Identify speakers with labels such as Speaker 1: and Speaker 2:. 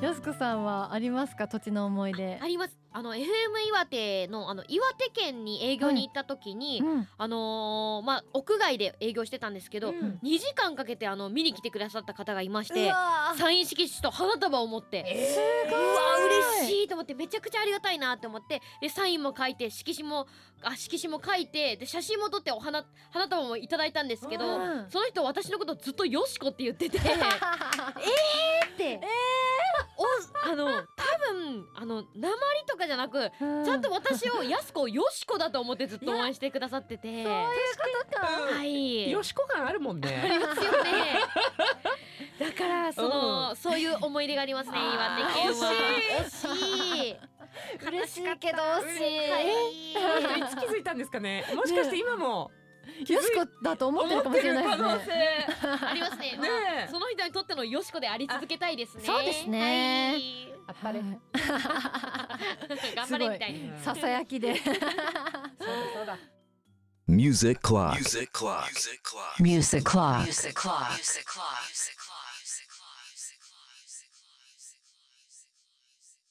Speaker 1: やすこさんはありますか土地の思い出
Speaker 2: ありますあの FM 岩手のあの岩手県に営業に行った時に、
Speaker 1: うん
Speaker 2: あのーまあ屋外で営業してたんですけど、
Speaker 1: うん
Speaker 2: 2時間かけてあの見に来てくださった方がいまし
Speaker 1: う
Speaker 2: て
Speaker 1: わー
Speaker 2: サイン色紙と花束を持って、
Speaker 1: すごいう
Speaker 2: わ嬉
Speaker 1: い
Speaker 2: しいと思ってめちゃくちゃありがたいなと思ってでサインも書いて色紙もあ色紙も書いてで写真も撮ってお花花束もいただいたんですけど
Speaker 1: うん
Speaker 2: その人私のことずっと「よしこ」って言 っててえーって、おあの多分あの鉛とかじゃなく
Speaker 1: ち
Speaker 2: ちゃんと私をやすこよしこだと思ってずっと応援してくださっててはい
Speaker 3: よしこ感あるもんね。
Speaker 2: ですよねだからその、そういう思い出がありますね岩手県は惜しい
Speaker 1: 嬉し いけど惜しい
Speaker 3: この人いつ気づいたんですかね。もしかして今も気づ
Speaker 1: よしこだと思ってるかもしれないです
Speaker 3: 思って
Speaker 1: ね
Speaker 3: る可能性。
Speaker 2: ありますね。
Speaker 3: ねえ
Speaker 2: まあその人にとってのよしこであり続けたいですね。
Speaker 1: あそうですね
Speaker 3: あっぱれ。
Speaker 1: は
Speaker 3: そう
Speaker 1: い
Speaker 2: はい。頑張れみたいな。
Speaker 1: ささや きで
Speaker 3: だそうだ。
Speaker 4: Music Clock.
Speaker 5: Music clock.
Speaker 4: Music Clock.
Speaker 5: Music clock. Music clock. Music clock.